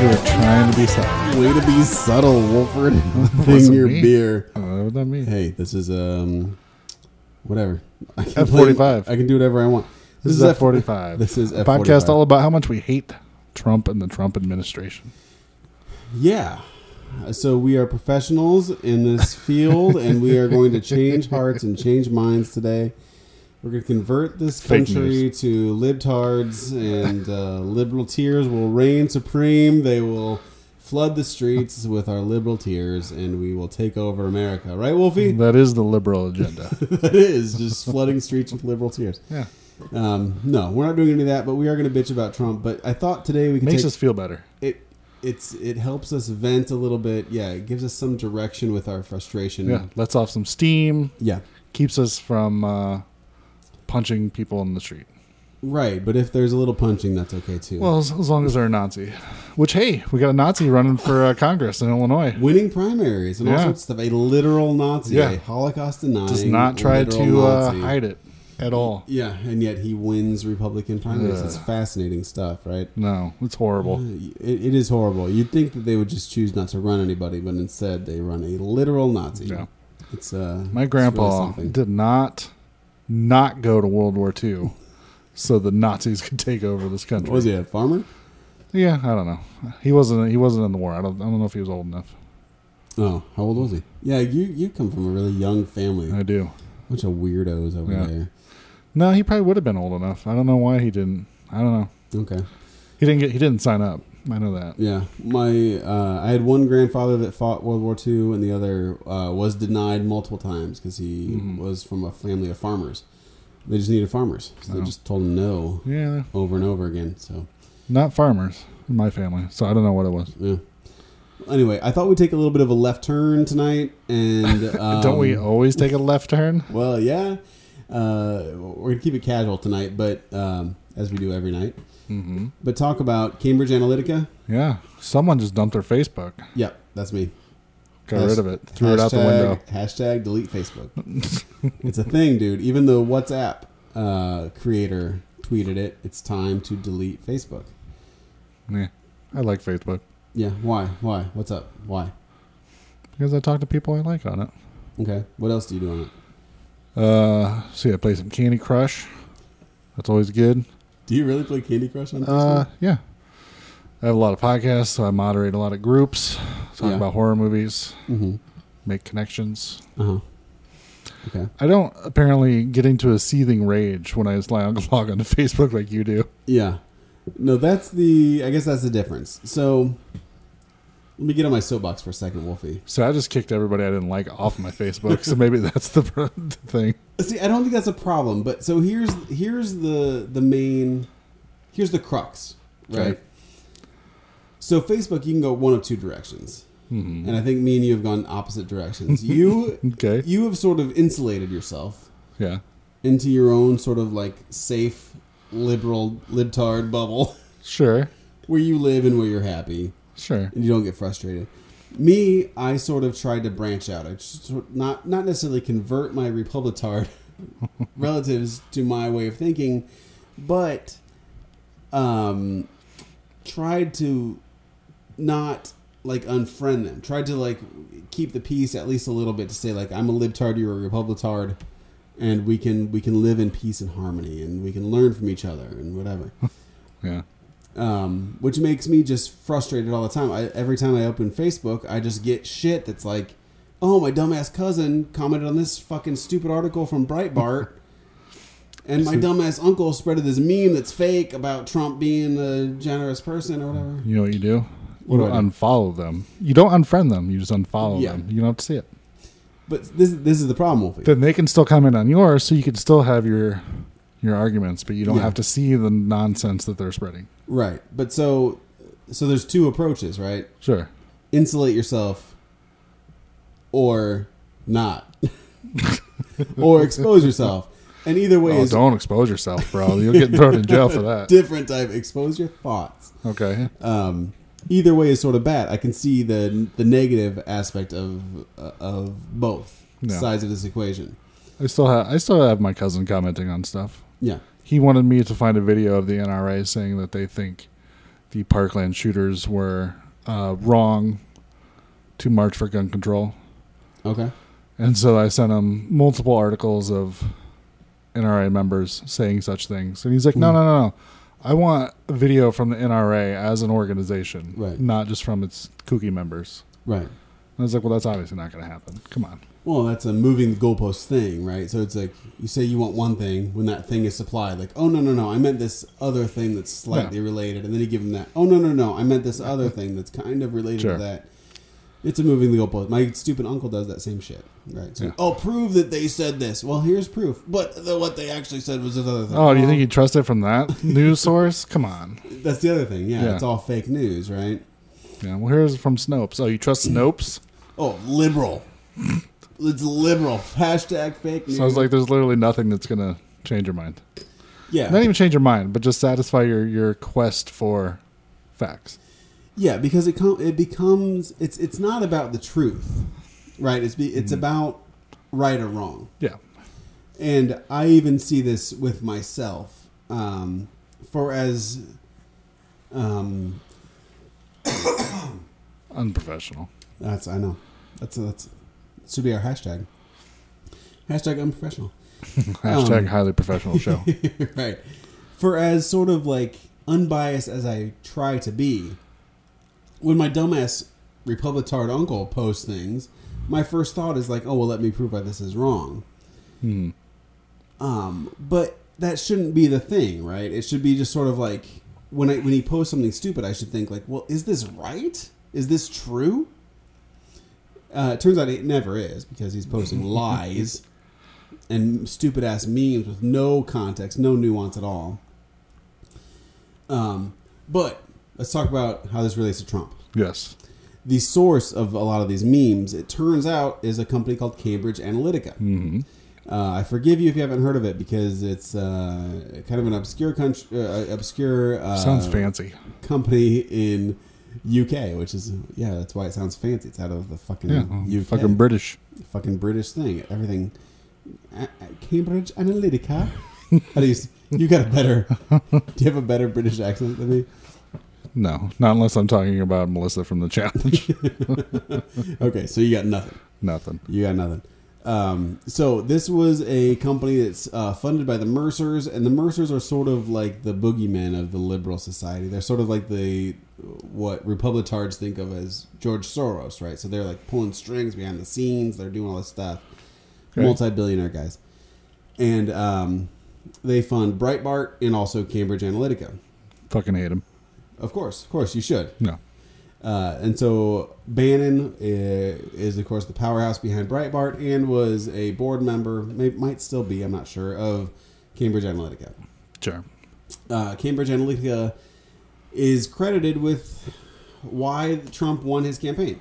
trying to be subtle. Way to be subtle, Wolford. Thing Wasn't your me. beer. Uh, what that mean? Hey, this is um, whatever. I can F45. play- I can do whatever I want. This is F- F45. This is a F45. podcast all about how much we hate Trump and the Trump administration. Yeah. So we are professionals in this field, and we are going to change hearts and change minds today. We're going to convert this Fake country to libtards, and uh, liberal tears will reign supreme. They will flood the streets with our liberal tears, and we will take over America. Right, Wolfie? That is the liberal agenda. that is just flooding streets with liberal tears. Yeah, Um, no, we're not doing any of that, but we are going to bitch about Trump. But I thought today we could makes take, us feel better. it it's it helps us vent a little bit. Yeah, it gives us some direction with our frustration. Yeah, lets off some steam, Yeah. keeps us from uh, punching people in the street. Right, but if there's a little punching, that's okay too. Well, as, as long as they're a Nazi. Which, hey, we got a Nazi running for uh, Congress in Illinois. winning primaries and all Yeah. sorts of stuff. A literal Nazi, Yeah. a Holocaust denying, Does not try literal to uh, Nazi. hide it at all. Yeah, and yet he wins Republican primaries. Ugh. It's fascinating stuff, right? No, it's horrible. It, it is horrible. You'd think that they would just choose not to run anybody, but instead they run a literal Nazi. Yeah. It's uh, it's My really grandpa something. did not not go to World War II so the Nazis could take over this country. was he a farmer? Yeah, I don't know. He wasn't. He wasn't in the war. I don't. I don't know if he was old enough. Oh, how old was he? Yeah, you you come from a really young family. I do. bunch of weirdos over Yeah. there. No, he probably would have been old enough. I don't know why he didn't. I don't know. Okay. He didn't get. He didn't sign up. I know that. Yeah. My uh, I had one grandfather that fought World War II, and the other uh, was denied multiple times because he Mhm. was from a family of farmers. They just needed farmers, so they Oh. just told him no Yeah, over and over again. So not farmers in my family, so I don't know what it was. yeah. Anyway, I thought we'd take a little bit of a left turn tonight, and um, don't we always take a left turn? Well, yeah. Uh, we're gonna keep it casual tonight, but um, as we do every night. Mm-hmm. But talk about Cambridge Analytica. Yeah. Someone just dumped their Facebook. Yep, that's me. Got Hash- rid of it. Threw it out the window. Hashtag delete Facebook. it's a thing, dude. Even the WhatsApp uh, creator tweeted it. It's time to delete Facebook. Nah, I like Facebook Yeah. Why? Why? What's up? Why? because I talk to people I like on it. Okay. What else do you do on it? Uh, see, I play some Candy Crush. That's always good. Do you really play Candy Crush on Facebook? Uh, yeah. I have a lot of podcasts, so I moderate a lot of groups, talk Yeah. about horror movies, mm-hmm. make connections. Uh huh. Okay. I don't apparently get into a seething rage when I just log log onto Facebook like you do. Yeah. No, that's the. I guess that's the difference. So, let me get on my soapbox for a second, Wolfie. So I just kicked everybody I didn't like off my Facebook. so maybe that's the pr- the thing. See, I don't think that's a problem, but so here's here's the the main here's the crux, right? Okay. So Facebook, you can go one of two directions, Mhm. and I think me and you have gone opposite directions. You Okay. you have sort of insulated yourself Yeah. into your own sort of like safe liberal libtard bubble Sure. where you live and where you're happy Sure. and you don't get frustrated. Me, I sort of tried to branch out. I just sort not not necessarily convert my Republicard relatives to my way of thinking, but um, tried to not like unfriend them. Tried to like keep the peace at least a little bit to say like I'm a libtard, you're a Republicard, and we can we can live in peace and harmony, and we can learn from each other and whatever Yeah. um, which makes me just frustrated all the time. I, every time I open Facebook, I just get shit that's like, "Oh, my dumbass cousin commented on this fucking stupid article from Breitbart." And my dumbass uncle spreaded this meme that's fake about Trump being a generous person or whatever. You know what you do? You do I do? unfollow them. You don't unfriend them. You just unfollow Yeah. them. You don't have to see it. But this this is the problem, Wolfie. then they can still comment on yours, so you can still have your your arguments, but you don't Yeah. have to see the nonsense that they're spreading. right. But so so there's two approaches, right? Sure. insulate yourself or not or expose yourself and either way Oh, is don't expose yourself, bro. You'll get thrown in jail for that. different type expose your thoughts Okay. um, either way is sort of bad i can see the the negative aspect of of both Yeah. sides of this equation I still have I still have my cousin commenting on stuff. yeah He wanted me to find a video of the NRA saying that they think the Parkland shooters were uh, wrong to march for gun control. Okay. And so I sent him multiple articles of NRA members saying such things. And he's like, no, Hmm. no, no, no. I want a video from the NRA as an organization, Right. not just from its kooky members. Right. And I was like, well, that's obviously not going to happen. Come on. Well, that's a moving the goalpost thing, right? So it's like you say you want one thing when that thing is supplied. Like, oh no no no, I meant this other thing that's slightly related, and then you give them that. Oh no no no, I meant this other thing that's kind of related Sure. to that. It's a moving the goalpost. My stupid uncle does that same shit, right? So, Yeah. oh, prove that they said this. Well, here's proof. But the, what they actually said was this other thing. Oh, do you Uh, Well, think you trust it from that news source? Come on. that's the other thing? Yeah, Yeah. it's all fake news, right? Yeah, well, here's from Snopes. Oh, you trust Snopes? Oh, liberal. it's liberal. Hashtag fake news. So I was like, there's literally nothing that's going to change your mind. yeah, Not even change your mind, but just satisfy your, your quest for facts. Yeah, because it com- it becomes it's it's not about the truth, right? It's be- it's about right or wrong, Yeah. and I even see this with myself. Um, for as um, Unprofessional. that's I know that's that's should be our hashtag. Hashtag unprofessional. Hashtag highly professional show. right. For as sort of like unbiased as I try to be, when my dumbass Republicard uncle posts things, my first thought is like, oh, well, let me prove why this is wrong. Hmm. Um, but that shouldn't be the thing, right? It should be just sort of like when I when he posts something stupid, I should think like, well, is this right? Is this true? Uh, it turns out it never is because he's posting lies and stupid ass memes with no context, no nuance at all. Um, but let's talk about how this relates to Trump. Yes. The source of a lot of these memes, it turns out, is a company called Cambridge Analytica. hmm Uh, I forgive you if you haven't heard of it because it's uh, kind of an obscure country, uh, obscure uh, Sounds fancy. company in UK, which is yeah, that's why it sounds fancy. It's out of the fucking Um, Yeah. well, UK, Fucking British. fucking British thing. Everything, A- A- Cambridge Analytica. How do you? s- You got a better? Do you have a better British accent than me? No, not unless I'm talking about Melissa from the challenge. Okay, so you got nothing. Nothing. You got nothing. Um, so this was a company that's uh, funded by the Mercers, and the Mercers are sort of like the boogeyman of the liberal society. They're sort of like the what Republicards think of as George Soros, right? So they're like pulling strings behind the scenes. They're doing all this stuff. Right. Multi-billionaire guys, and um, they fund Breitbart and also Cambridge Analytica. Fucking hate him. Of course, of course, you should. No. Uh, and so Bannon i- is, of course, the powerhouse behind Breitbart and was a board member, may, might still be, I'm not sure, of Cambridge Analytica. Sure. Uh, Cambridge Analytica is credited with why Trump won his campaign.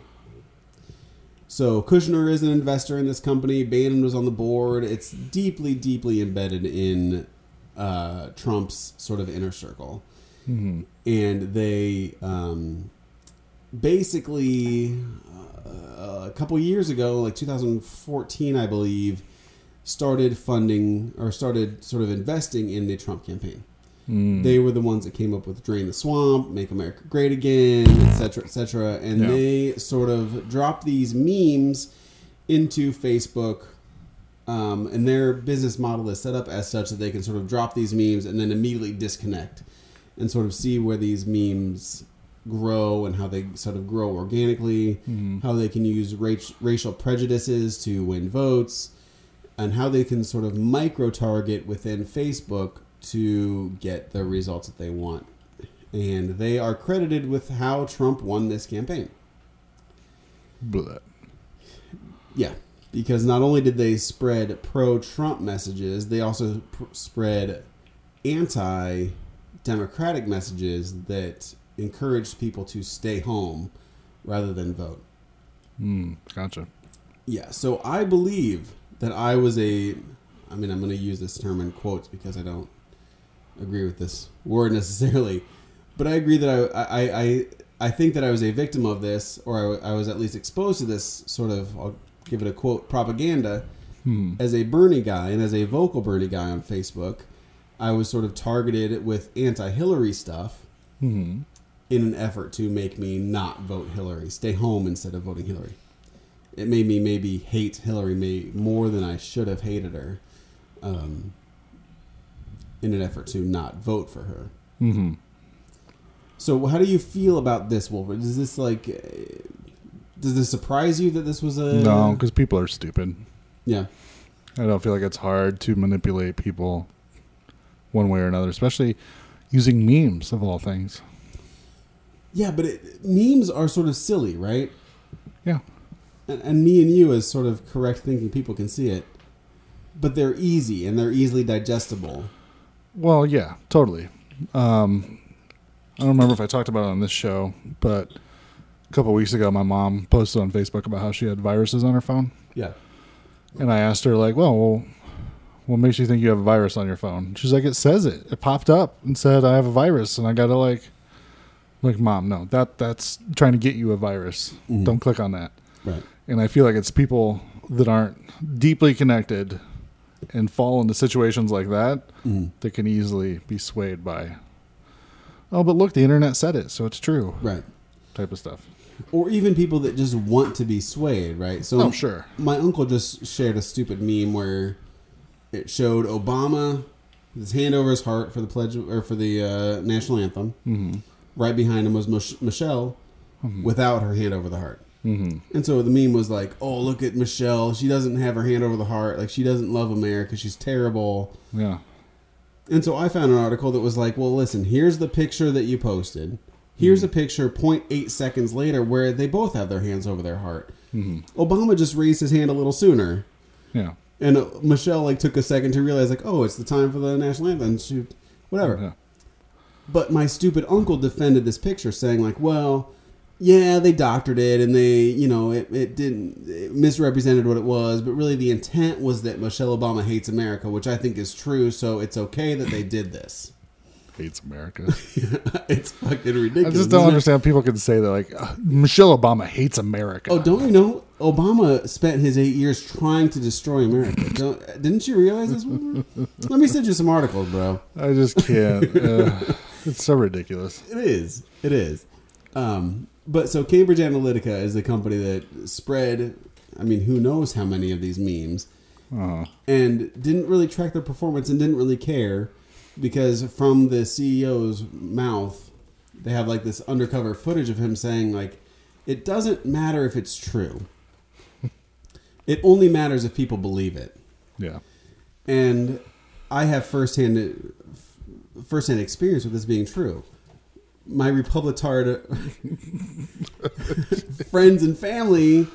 So Kushner is an investor in this company. Bannon was on the board. It's deeply, deeply embedded in uh, Trump's sort of inner circle hmm and they um, basically uh, a couple years ago, like 2014, I believe, started funding or started sort of investing in the Trump campaign. Mm. They were the ones that came up with "Drain the Swamp," "Make America Great Again," etc., cetera, etc., cetera. and Yeah. they sort of dropped these memes into Facebook. Um, and their business model is set up as such that they can sort of drop these memes and then immediately disconnect and sort of see where these memes grow and how they sort of grow organically, Mhm. how they can use rac- racial prejudices to win votes, and how they can sort of micro target within Facebook to get the results that they want. And they are credited with how Trump won this campaign. Blech. Yeah, because not only did they spread pro-Trump messages, they also pr- spread anti-democratic messages that encouraged people to stay home rather than vote. Mm. Gotcha. Yeah, so I believe that I was a I mean, I'm going to use this term in quotes because I don't agree with this word necessarily, but I agree that I I I, I think that I was a victim of this or I, I was at least exposed to this sort of I'll give it a quote propaganda Hmm. as a Bernie guy and as a vocal Bernie guy on Facebook, I was sort of targeted with anti-Hillary stuff hmm in an effort to make me not vote Hillary, stay home instead of voting Hillary. It made me maybe hate Hillary may, more than I should have hated her um, in an effort to not vote for her. Mm-hmm. So, how do you feel about this, Wolver? Does this like. eh, Does this surprise you that this was a. No, because people are stupid. Yeah. I don't feel like it's hard to manipulate people one way or another, especially using memes of all things. Yeah, but it, memes are sort of silly, right? Yeah. and, and me and you as sort of correct thinking people can see it but they're easy and they're easily digestible Well, yeah, totally. Um, I don't remember if I talked about it on this show, but a couple weeks ago, my mom posted on Facebook about how she had viruses on her phone, yeah and I asked her like, "Well, well what makes you think you have a virus on your phone?" She's like, "It says it. It popped up and said I have a virus," and I gotta like, like, mom, no, that that's trying to get you a virus. Mhm. Don't click on that. right and I feel like it's people that aren't deeply connected and fall into situations like that Mhm. that can easily be swayed by. Oh, but look, the internet said it, so it's true. right Type of stuff. or even people that just want to be swayed right so Oh, sure. my uncle just shared a stupid meme where it showed obama his hand over his heart for the pledge or for the uh, national anthem Mm-hmm. right behind him was Mich- michelle without her hand over the heart Mm-hmm. And so the meme was like, "Oh, look at Michelle. She doesn't have her hand over the heart. Like she doesn't love America. She's terrible." Yeah. And so I found an article that was like, "Well, listen, here's the picture that you posted. Here's Hmm. a picture 0.8 seconds later where they both have their hands over their heart. Mm-hmm. Obama just raised his hand a little sooner." Yeah. And uh, Michelle like took a second to realize like, "Oh, it's the time for the national anthem." Shoot, whatever. Yeah. But my stupid uncle defended this picture, saying like, "Well, yeah, they doctored it, and they, you know, it, it didn't it misrepresented what it was, but really the intent was that Michelle Obama hates America, which I think is true. So it's okay that they did this. Hates America. it's I fucking ridiculous. just don't isn't it? understand. People can say that like "Ugh, Michelle Obama hates America. Oh, don't you know? Obama spent his eight years trying to destroy America. Don't, didn't you realize this? Wilbur? Let me send you some articles, bro. I just can't. Ugh. it's so ridiculous. It is. It is. Um, but so Cambridge Analytica is the company that spread, I mean, who knows how many of these memes, Uh, and didn't really track their performance and didn't really care because from the CEO's mouth, they have like this undercover footage of him saying, like, it doesn't matter if it's true. it only matters if people believe it yeah. and I have firsthand firsthand experience with this being true. My Republicard friends and family,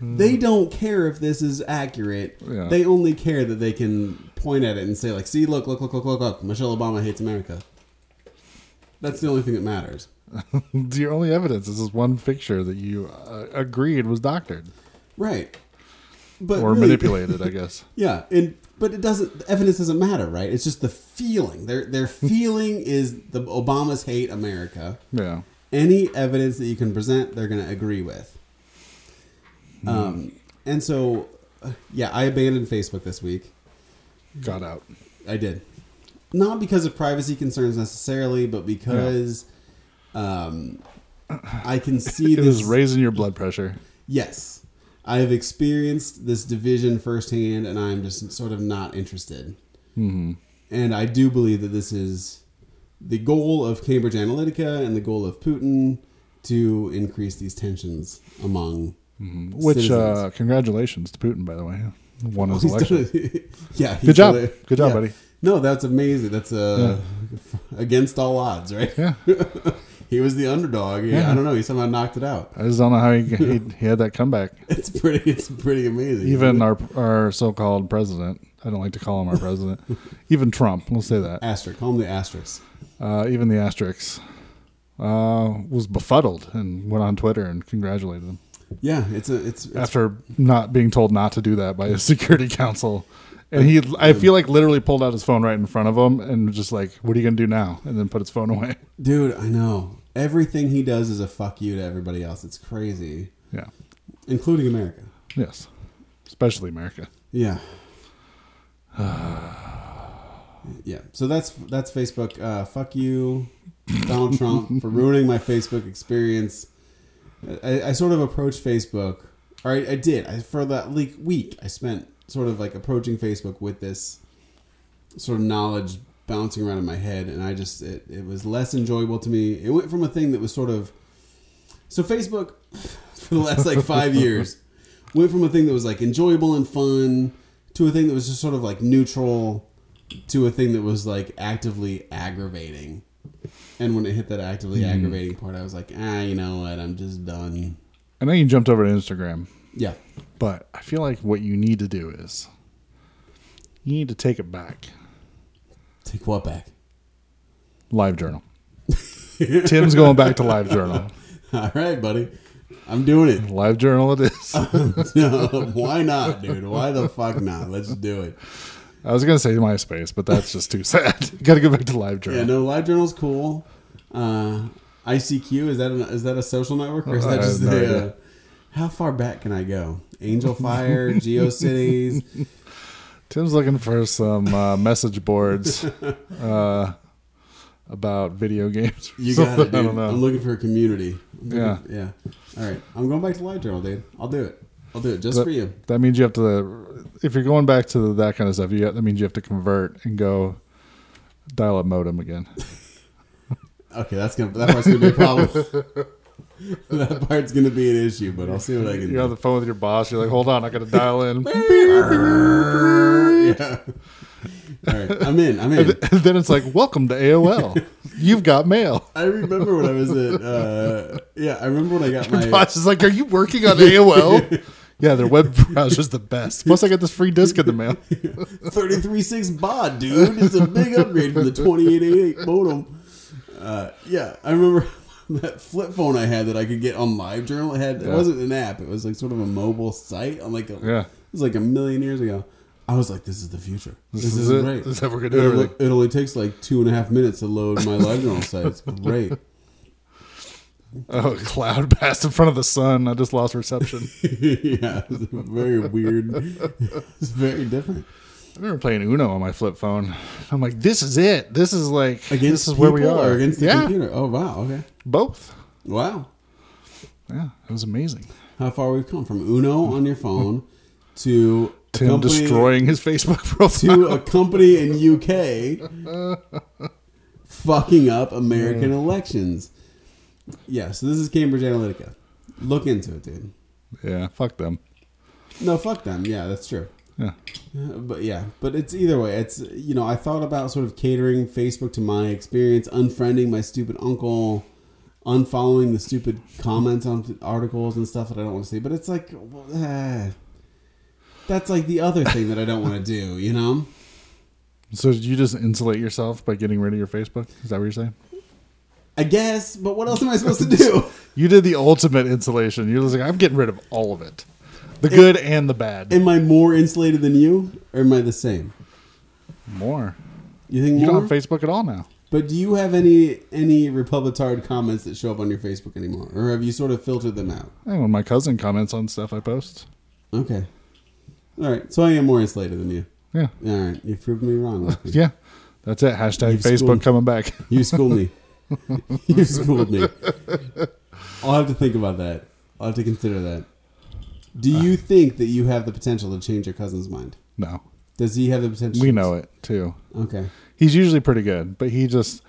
they don't care if this is accurate. Hmm. Yeah. They only care that they can point at it and say, like, "See, look, look, look, look, look, look. Michelle Obama hates America." That's the only thing that matters. Your only evidence is this one picture that you uh, agreed was doctored Right. But or really- manipulated, I guess. Yeah, and but it doesn't. the Evidence doesn't matter, right? It's just the feeling. Their their feeling is the Obamas hate America. Yeah. Any evidence that you can present, they're going to agree with. Hmm. Um, and so, uh, yeah, I abandoned Facebook this week. Got out. I did, not because of privacy concerns necessarily, but because, um, I can see It this. was raising your blood pressure. Yes. I have experienced this division firsthand, and I'm just sort of not interested. hmm And I do believe that this is the goal of Cambridge Analytica and the goal of Putin to increase these tensions among. Which, Citizens. uh, congratulations to Putin, by the way. Won his He's done election. it. yeah. he Good job. did it. Good job, Yeah. buddy. No, that's amazing. That's uh, against all odds, right? Yeah. He was the underdog. Yeah, Yeah. I don't know. He somehow knocked it out. I just don't know how he, he, he had that comeback. It's pretty. It's pretty amazing. Even our our so called president, I don't like to call him our president, even Trump, we'll say that, asterisk. Call him the asterisk. uh, even the asterisks, uh, was befuddled and went on Twitter and congratulated him Yeah, it's a. It's, it's after not being told not to do that by his Security Council. And he, I feel like, literally pulled out his phone right in front of him and was just like, "What are you gonna do now?" And then put his phone away. Dude, I know. Everything he does is a fuck you to everybody else. It's crazy, Yeah. including America. Yes. Especially America. Yeah. yeah. So that's that's Facebook. Uh, fuck you, Donald Trump, for ruining my Facebook experience. I, I sort of approached Facebook, or I, I did. I, for that leak week, I spent sort of like approaching Facebook with this sort of knowledge bouncing around in my head, and I just it, it was less enjoyable to me. It went from a thing that was sort of so Facebook for the last like five years went from a thing that was like enjoyable and fun to a thing that was just sort of like neutral to a thing that was like actively aggravating. And when it hit that actively aggravating part, I was like, ah, you know what? I'm just done. I know you jumped over to Instagram, Yeah. but I feel like what you need to do is you need to take it back. Take what back? Live journal. Tim's going back to live journal. All right, buddy. I'm doing it. Live journal it is. No, why not, dude? Why the fuck not? Let's do it. I was gonna say MySpace, but that's just too sad. Got to go back to live journal. Yeah, no, Live Journal's cool. Uh, ICQ is that an, is that a social network or is I that have just no the? idea. Uh, how far back can I go? Angel Fire, GeoCities. Tim's looking for some uh, message boards uh, about video games. or You got it, something. dude. I don't know. I'm looking for a community. I'm looking- Yeah. yeah. All right, I'm going back to Live Journal, dude. I'll do it. I'll do it just But- for you. That means you have to, if you're going back to that kind of stuff, you, that means you have to convert and go dial up modem again. Okay, that's gonna that part's gonna be a problem. that part's gonna be an issue, but I'll see what I can You're on do. the phone with your boss. You're like, hold on, I got to dial in. Yeah. All right, I'm in. I'm in. And then it's like, welcome to AOL. You've got mail. I remember when I was at. Uh, yeah, I remember when I got my. Boss is like, are you working on AOL? yeah, their web browser's the best. Plus, I got this free disc in the mail. 336 baud, dude. It's a big upgrade from the 2888 modem. Uh, yeah, I remember that flip phone I had that I could get on LiveJournal. It had it Yeah. wasn't an app. It was like sort of a mobile site. On like a, Yeah. it was like a million years ago. I was like, this is the future. This, is is, it. great. This is how we're gonna do it, only- everything." it only takes like two and a half minutes to load my LiveJournal site. It's great. Oh, a cloud passed in front of the sun. I just lost reception. yeah, it's very weird. It's very different. I remember playing Uno on my flip phone. I'm like, this is it. This is like, Against this is where we people are. or against the yeah, computer. Oh wow. Okay. both. Wow. Yeah, it was amazing. how far we've come from Uno on your phone to a Tim company- destroying his Facebook profile. to a company in UK fucking up American elections. Yeah, so this is Cambridge Analytica. Look into it, dude. Yeah, fuck them. No, fuck them. Yeah, that's true. Yeah, Uh, But yeah, but it's either way. It's you know, I thought about sort of catering Facebook to my experience, unfriending my stupid uncle, unfollowing the stupid comments on th- articles and stuff that I don't want to see. But it's like, well, eh. that's like the other thing that I don't want to do. You know, So did you just insulate yourself by getting rid of your Facebook? Is that what you're saying? I guess. But what else am I supposed to do? You did the ultimate insulation. You're just like, I'm getting rid of all of it, the good and the bad. Am I more insulated than you, or am I the same? More. You think You more? don't have Facebook at all now. but do you have any any Republicard comments that show up on your Facebook anymore, or have you sort of filtered them out? And when my cousin comments on stuff I post, Okay. All right. So I am more insulated than you. yeah, All right. You proved me wrong. Lucky. yeah, that's it. Hashtag You've Facebook schooled- coming back. You schooled me. you schooled me. I'll have to think about that. I'll have to consider that. Do you think that you have the potential to change your cousin's mind? No, Does he have the potential? we know it too. Okay. He's usually pretty good, but he just,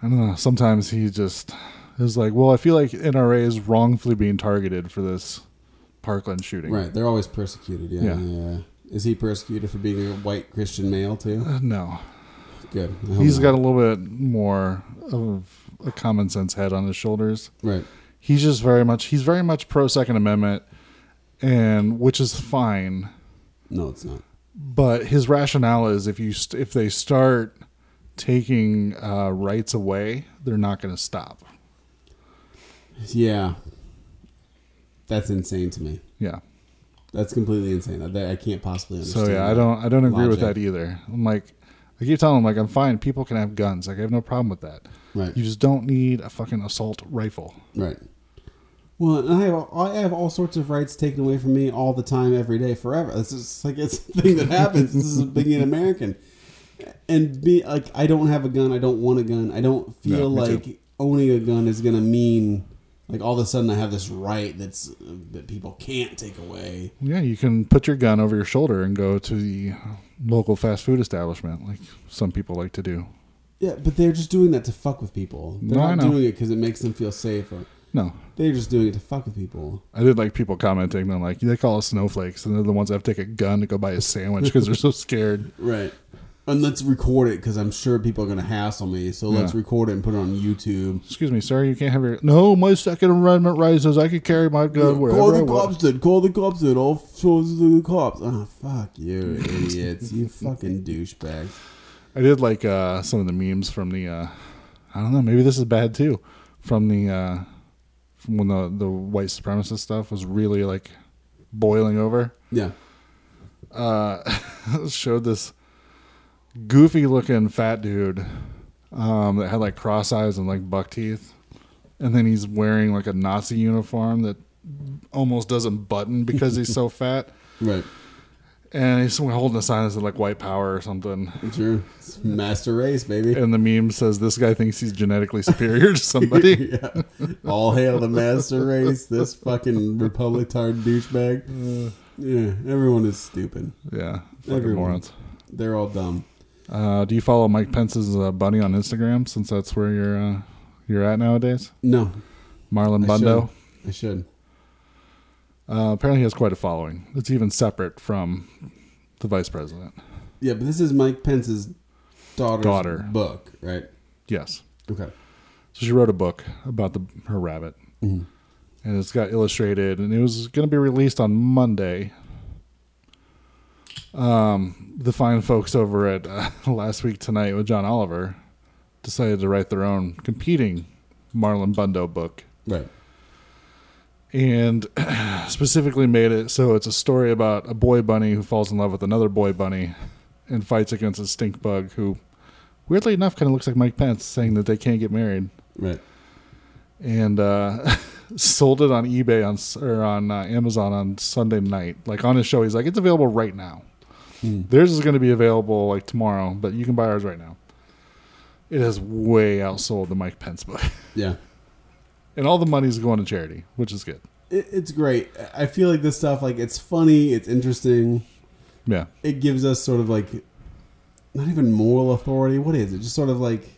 I don't know. Sometimes he just is like, well, I feel like NRA is wrongfully being targeted for this Parkland shooting. Right. They're always persecuted. Yeah. Yeah. yeah. Is he persecuted for being a white Christian male too? Uh, no, Good. I hope He's not. got a little bit more of a common sense head on his shoulders. right. He's just very much he's very much pro Second Amendment, and which is fine. No, it's not. But his rationale is if you st- if they start taking uh, rights away, they're not going to stop. Yeah. That's insane to me. Yeah. That's completely insane. I, I can't possibly So understand. yeah, I that. don't I don't agree with Logic. that either. I'm like I keep telling him like I'm fine. People can have guns. Like I have no problem with that. Right. You just don't need a fucking assault rifle. Right. Well, and I have I have all sorts of rights taken away from me all the time, every day, forever. This is like it's a thing that happens. this is being an American. and be like I don't have a gun, I don't want a gun. I don't feel Yeah, me like too. owning a gun is going to mean like all of a sudden I have this right that's uh, that people can't take away. Yeah, you can put your gun over your shoulder and go to the local fast food establishment, like some people like to do. Yeah, but they're just doing that to fuck with people. They're No, I not know. doing it because it makes them feel safer. No, They're just doing it to fuck with people. I did like people commenting. They're like, they call us snowflakes, and they're the ones that have to take a gun to go buy a sandwich because they're so scared. Right. And let's record it because I'm sure people are going to hassle me. So let's Yeah. record it and put it on YouTube. Excuse me, sir, you can't have your. No, my Second Amendment rights says I can carry my gun Call wherever I the want. cops, dude. Call the cops, dude. I'll show the cops. Ah, fuck you, idiots. You fucking douchebags. I did like uh, some of the memes from the. Uh, I don't know. Maybe this is bad too. From the uh, from when the the white supremacist stuff was really like boiling over. Yeah. Uh, showed this goofy looking fat dude um, that had like cross eyes and like buck teeth, and then he's wearing like a Nazi uniform that almost doesn't button because he's so fat. Right. And he's holding a sign that said like "White Power" or something. Sure. It's master race, baby. and the meme says this guy thinks he's genetically superior to somebody. yeah. All hail the master race. This fucking republic tard douchebag. Uh. yeah. Everyone is stupid. yeah, fucking Everyone. morons. They're all dumb. Uh, do you follow Mike Pence's uh, bunny on Instagram? Since that's where you're uh, you're at nowadays, No, Marlon I Bundo. should. I should. Uh, apparently, he has quite a following. It's even separate from the vice president. Yeah, but this is Mike Pence's daughter's Daughter. book, right? Yes, Okay. so she wrote a book about the her rabbit, Mhm. and it's got illustrated, and it was going to be released on Monday. Um, the fine folks over at uh, Last Week Tonight with John Oliver decided to write their own competing Marlon Bundo book, Right. and specifically made it so it's a story about a boy bunny who falls in love with another boy bunny and fights against a stink bug who, weirdly enough, kind of looks like Mike Pence, saying that they can't get married Right. and uh, sold it on eBay on s- or on uh, Amazon on Sunday night. Like on his show, he's like, "It's available right now. Hmm. Theirs is going to be available like tomorrow, but you can buy ours right now." It has way outsold the Mike Pence book, Yeah. and all the money's going to charity, which is good. It, it's great. I feel like this stuff, like, it's funny, it's interesting. Yeah, It gives us sort of like, not even moral authority. What is it? Just sort of like,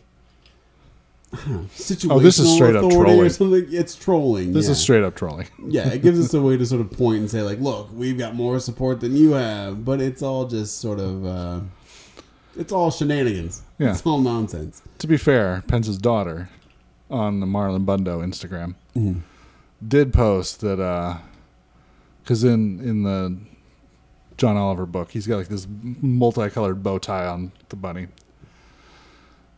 I don't know, situational Oh, this is straight up authority or trolling. something. It's trolling. this yeah. is straight up trolling. yeah, it gives us a way to sort of point and say, like, look, we've got more support than you have, but it's all just sort of, uh, it's all shenanigans. Yeah. It's all nonsense. To be fair, Pence's daughter on the Marlon Bundo Instagram Mhm. did post that because in in the John Oliver book, he's got like this multicolored bow tie on the bunny.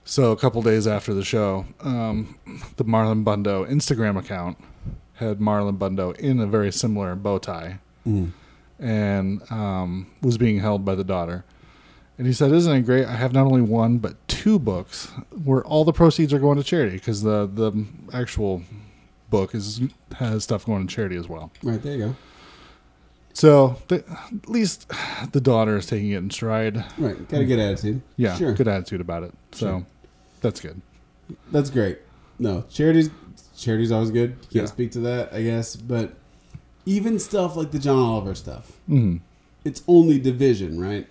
So a couple days after the show, um, the Marlon Bundo Instagram account had Marlon Bundo in a very similar bow tie Mhm. and um, was being held by the daughter. And he said, "Isn't it great? I have not only one but two books where all the proceeds are going to charity because the the actual book is has stuff going to charity as well. Right, there you go. So the, at least the daughter is taking it in stride. Right, got a good attitude. Yeah, sure. good attitude about it. So Sure. that's good. That's great. No, charities, charity's always good. Can't Yeah. speak to that, I guess. But even stuff like the John Oliver stuff, hmm it's only division, right?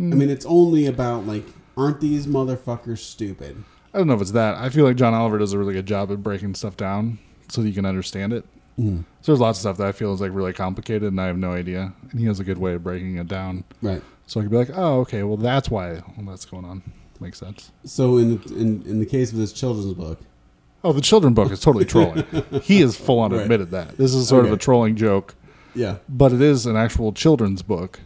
Mm. I mean, it's only about like, aren't these motherfuckers stupid? I don't know if it's that. I feel like John Oliver does a really good job at breaking stuff down so that you can understand it. Mhm. So there's lots of stuff that I feel is like really complicated and I have no idea. And he has a good way of breaking it down. Right. So I could be like, oh, okay, well, that's why all that's going on. Makes sense. So in the, in in the case of this children's book, Oh, the children book is totally trolling. he is full on Right. admitted that. This is sort of a Okay. trolling joke, yeah, but it is an actual children's book.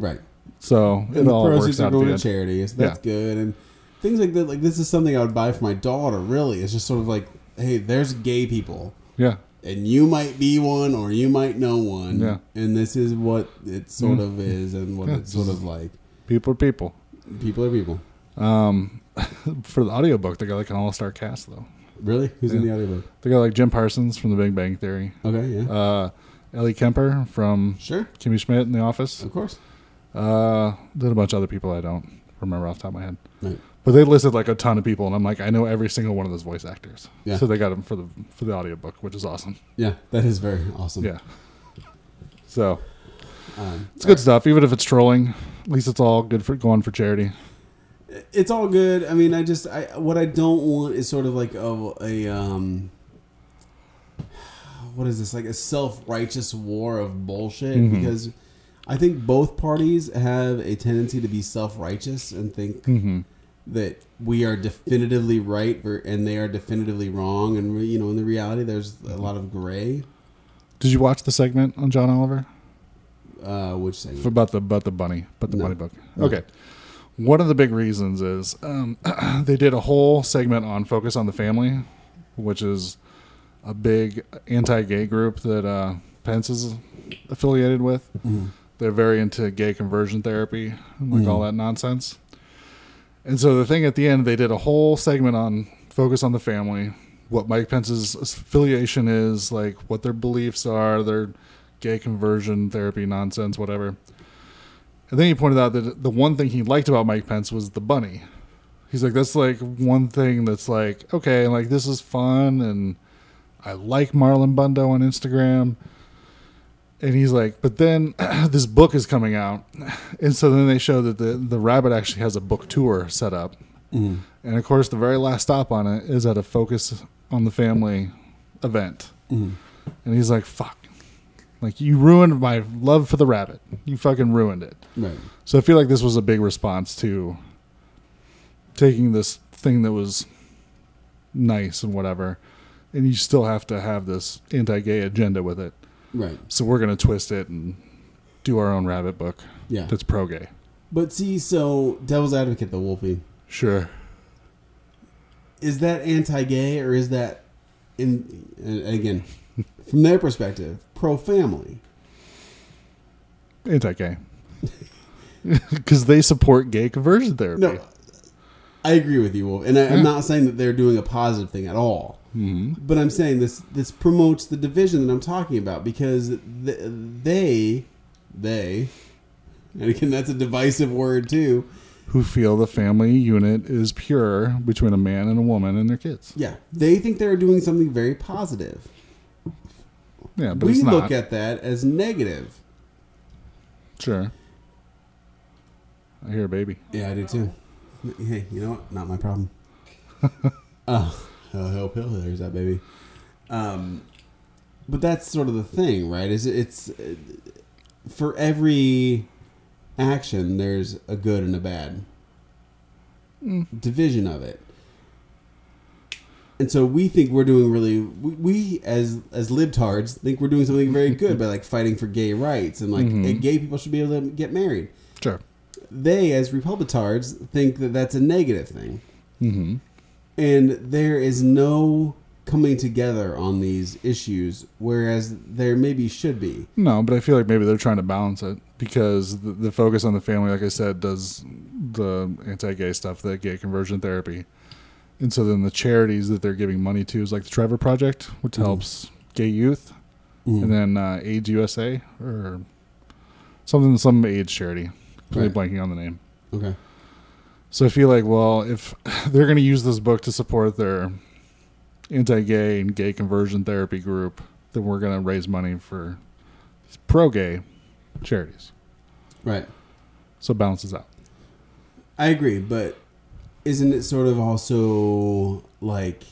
right. So it And the all works proceeds are out at the going to end. charity, so that's Yeah. good. And things like that, like this is something I would buy for my daughter. Really, it's just sort of like, hey, there's gay people. Yeah. and you might be one or you might know one. Yeah. And this is what it sort Mm. of is and what Yeah. it's sort of like. People are people. People are people. Um, for the audiobook, they got like an all star cast, though. Really? Who's in Yeah. the audiobook? They got like Jim Parsons from The Big Bang Theory, Okay, yeah. uh, Ellie Kemper from sure. Kimmy Schmidt in The Office, Of course. Uh, then a bunch of other people I don't remember off the top of my head. Right. But they listed like a ton of people, and I'm like, I know every single one of those voice actors. Yeah. So they got them for the for the audiobook, which is awesome. Yeah, that is very awesome. Yeah. So Um, it's good stuff, even if it's trolling. At least it's all good for going for charity. it's all good. I mean, I just I what I don't want is sort of like a, a um what is this like a self righteous war of bullshit Mhm. because I think both parties have a tendency to be self righteous and think Mm-hmm. that we are definitively right ver- and they are definitively wrong and re- you know in the reality there's a lot of gray. Did you watch the segment on John Oliver Uh, which F- segment? about the about the bunny, about the No. bunny book? No. Okay. One of the big reasons is um, they did a whole segment on focus on the family, which is a big anti-gay group that uh, Pence is affiliated with. Mhm. they're very into gay conversion therapy and like Mhm. all that nonsense. And so the thing at the end, they did a whole segment on focus on the family, what Mike Pence's affiliation is, like what their beliefs are, their gay conversion therapy nonsense, whatever. And then he pointed out that the one thing he liked about Mike Pence was the bunny. He's like, that's like one thing that's like, okay, like this is fun and I like Marlon Bundo on Instagram. And he's like, but then this book is coming out. And so then they show that the, the rabbit actually has a book tour set up. Mhm. And of course, the very last stop on it is at a Focus on the Family event. Mhm. And he's like, fuck. Like, you ruined my love for the rabbit. You fucking ruined it. Right. So I feel like this was a big response to taking this thing that was nice and whatever, and you still have to have this anti-gay agenda with it. Right. So we're gonna twist it and do our own rabbit book Yeah. that's pro-gay. But see, so devil's advocate, the Wolfie, Sure. is that anti-gay or is that, in and again, from their perspective, pro-family? Anti-gay. Because they support gay conversion therapy. No, I agree with you, Wolf, and I, Yeah. I'm not saying that they're doing a positive thing at all. Mhm. But I'm saying this this promotes the division that I'm talking about because th- they they, and again, that's a divisive word too. Who feel the family unit is pure between a man and a woman and their kids. Yeah, they think they're doing something very positive. Yeah, but we it's not. look at that as negative. sure. I hear a baby. Yeah, I do too. Hey, you know what? Not my problem. oh, hell, hell, hell, there's that baby. Um, but that's sort of the thing, right? Is it- it's uh, for every action, there's a good and a bad division of it. And so we think we're doing really we, we as as libtards think we're doing something very good by like fighting for gay rights and like Mhm. gay people should be able to get married Sure. they as republicards think that that's a negative thing hmm and there is no coming together on these issues whereas there maybe should be No, but I feel like maybe they're trying to balance it because the, the focus on the family, like I said, does the anti-gay stuff, the gay conversion therapy, and so then the charities that they're giving money to is like the Trevor Project, which Mhm. helps gay youth, and Mhm. then uh, AIDS USA or something, some AIDS charity. I'm Right. blanking on the name. okay So I feel like, well, if they're going to use this book to support their anti-gay and gay conversion therapy group, then we're going to raise money for pro-gay charities. right So it balances out. i agree but isn't it sort of also like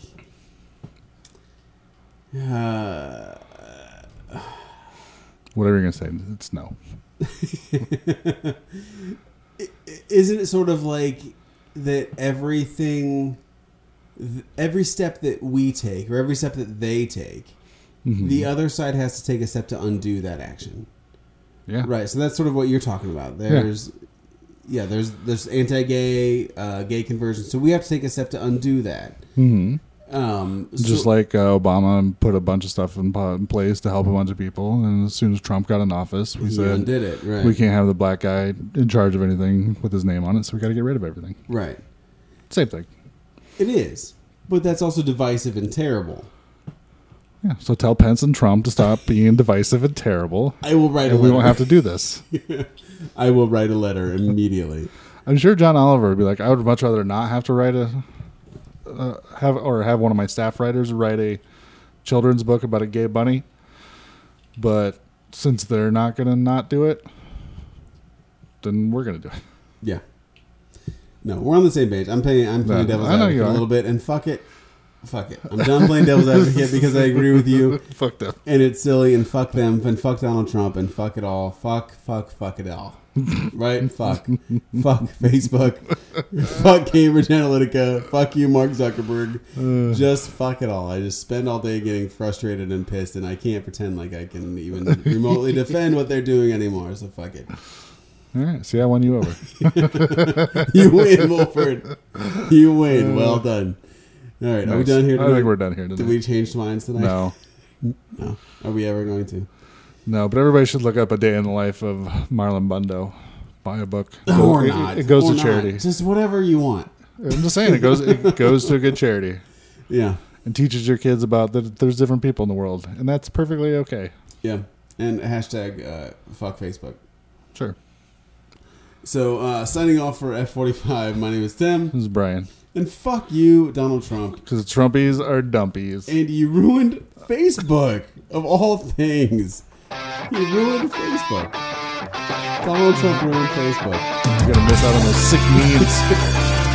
uh, Whatever you're gonna say, it's no. i- i- isn't it sort of like that everything th- every step that we take or every step that they take Mhm. the other side has to take a step to undo that action yeah, right so that's sort of what you're talking about there's yeah, there's there's anti-gay uh, gay conversion so we have to take a step to undo that hmm um so- just like uh, Obama put a bunch of stuff in, po- in place to help a bunch of people, and as soon as Trump got in office, we he said undid it right we can't have the black guy in charge of anything with his name on it, so we got to get rid of everything. right Same thing. it is but that's also divisive and terrible Yeah, so tell Pence and Trump to stop being divisive and terrible, I will write. a and we won't letter. have to do this. I will write a letter immediately. I'm sure John Oliver would be like, I would much rather not have to write a uh, have or have one of my staff writers write a children's book about a gay bunny. But since they're not going to not do it, then we're going to do it. Yeah. No, we're on the same page. I'm playing. I'm playing No, devil's I know advocate you a are. little bit, and fuck it, fuck it. I'm done playing devil's advocate because I agree with you, Fuck them. and it's silly, and fuck them, and fuck Donald Trump, and fuck it all. Fuck, fuck, fuck it all. Right? Fuck, fuck Facebook, fuck Cambridge Analytica, fuck you, Mark Zuckerberg. Uh. Just fuck it all. I just spend all day getting frustrated and pissed, and I can't pretend like I can even remotely defend what they're doing anymore. So fuck it. All right, see, I won you over. you win, Wolford. You win. Well done. All right, are we Uh. Nice. done here? I tonight? think we're done here. Did Tonight. we change minds tonight? No, No. Are we ever going to? no, but everybody should look up a day in the life of Marlon Bundo. Buy a book. or it, not? It, goes Or to not. charity. Just whatever you want. I'm just saying, it goes. It goes to a good charity. Yeah, and teaches your kids about that there's different people in the world, and that's perfectly okay. yeah. And hashtag uh, fuck Facebook. Sure. So uh, signing off for F forty five. My name is Tim, This is Brian and fuck you, Donald Trump. because Trumpies are dumpies. And you ruined Facebook of all things. You ruined Facebook. Donald Trump ruined Facebook. You're gonna miss out on those sick needs.